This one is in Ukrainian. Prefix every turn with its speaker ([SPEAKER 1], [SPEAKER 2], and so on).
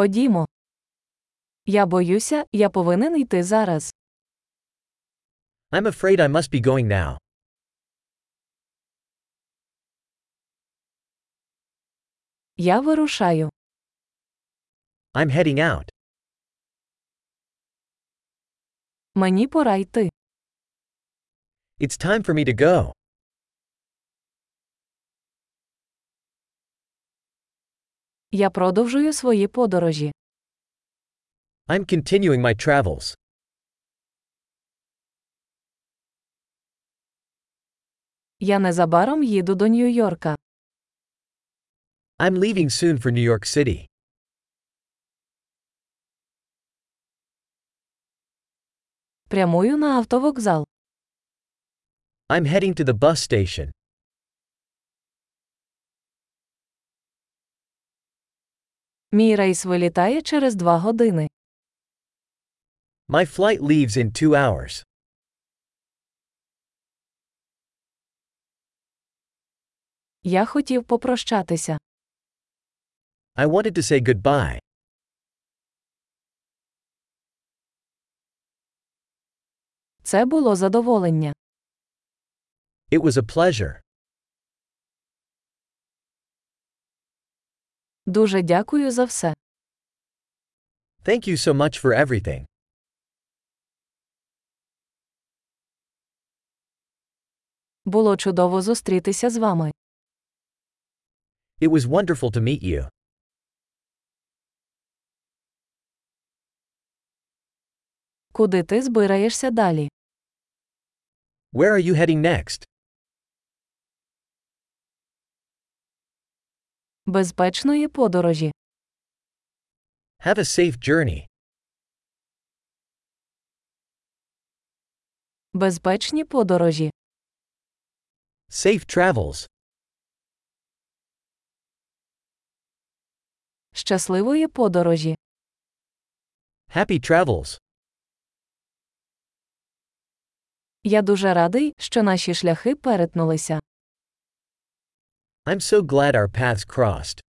[SPEAKER 1] Ходімо. Я боюся, я повинен йти зараз.
[SPEAKER 2] I'm afraid I must be going now.
[SPEAKER 1] Я вирушаю.
[SPEAKER 2] I'm heading out.
[SPEAKER 1] Мені пора йти.
[SPEAKER 2] It's time for me to go.
[SPEAKER 1] Я продовжую свої подорожі.
[SPEAKER 2] I'm continuing my travels.
[SPEAKER 1] Я незабаром їду до Нью-Йорка.
[SPEAKER 2] I'm leaving soon for New York City.
[SPEAKER 1] Прямую на автовокзал.
[SPEAKER 2] I'm heading to the bus station.
[SPEAKER 1] Мій рейс вилітає через два години.
[SPEAKER 2] My flight leaves in two hours.
[SPEAKER 1] Я хотів попрощатися.
[SPEAKER 2] I wanted to say goodbye.
[SPEAKER 1] Це було задоволення.
[SPEAKER 2] It was a pleasure.
[SPEAKER 1] Дуже дякую за все.
[SPEAKER 2] Thank you so much for everything.
[SPEAKER 1] Було чудово зустрітися з вами.
[SPEAKER 2] It was wonderful to meet you.
[SPEAKER 1] Куди ти збираєшся далі?
[SPEAKER 2] Where are you heading next?
[SPEAKER 1] Безпечної подорожі.
[SPEAKER 2] Have a safe journey.
[SPEAKER 1] Безпечні подорожі.
[SPEAKER 2] Safe travels.
[SPEAKER 1] Щасливої подорожі.
[SPEAKER 2] Happy travels.
[SPEAKER 1] Я дуже радий, що наші шляхи перетнулися.
[SPEAKER 2] I'm so glad our paths crossed.